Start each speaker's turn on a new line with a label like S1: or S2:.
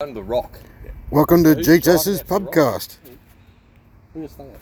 S1: Under the rock.
S2: Welcome to
S3: Who's
S2: GTS's
S3: driving that
S2: podcast.
S3: We'll stay up there.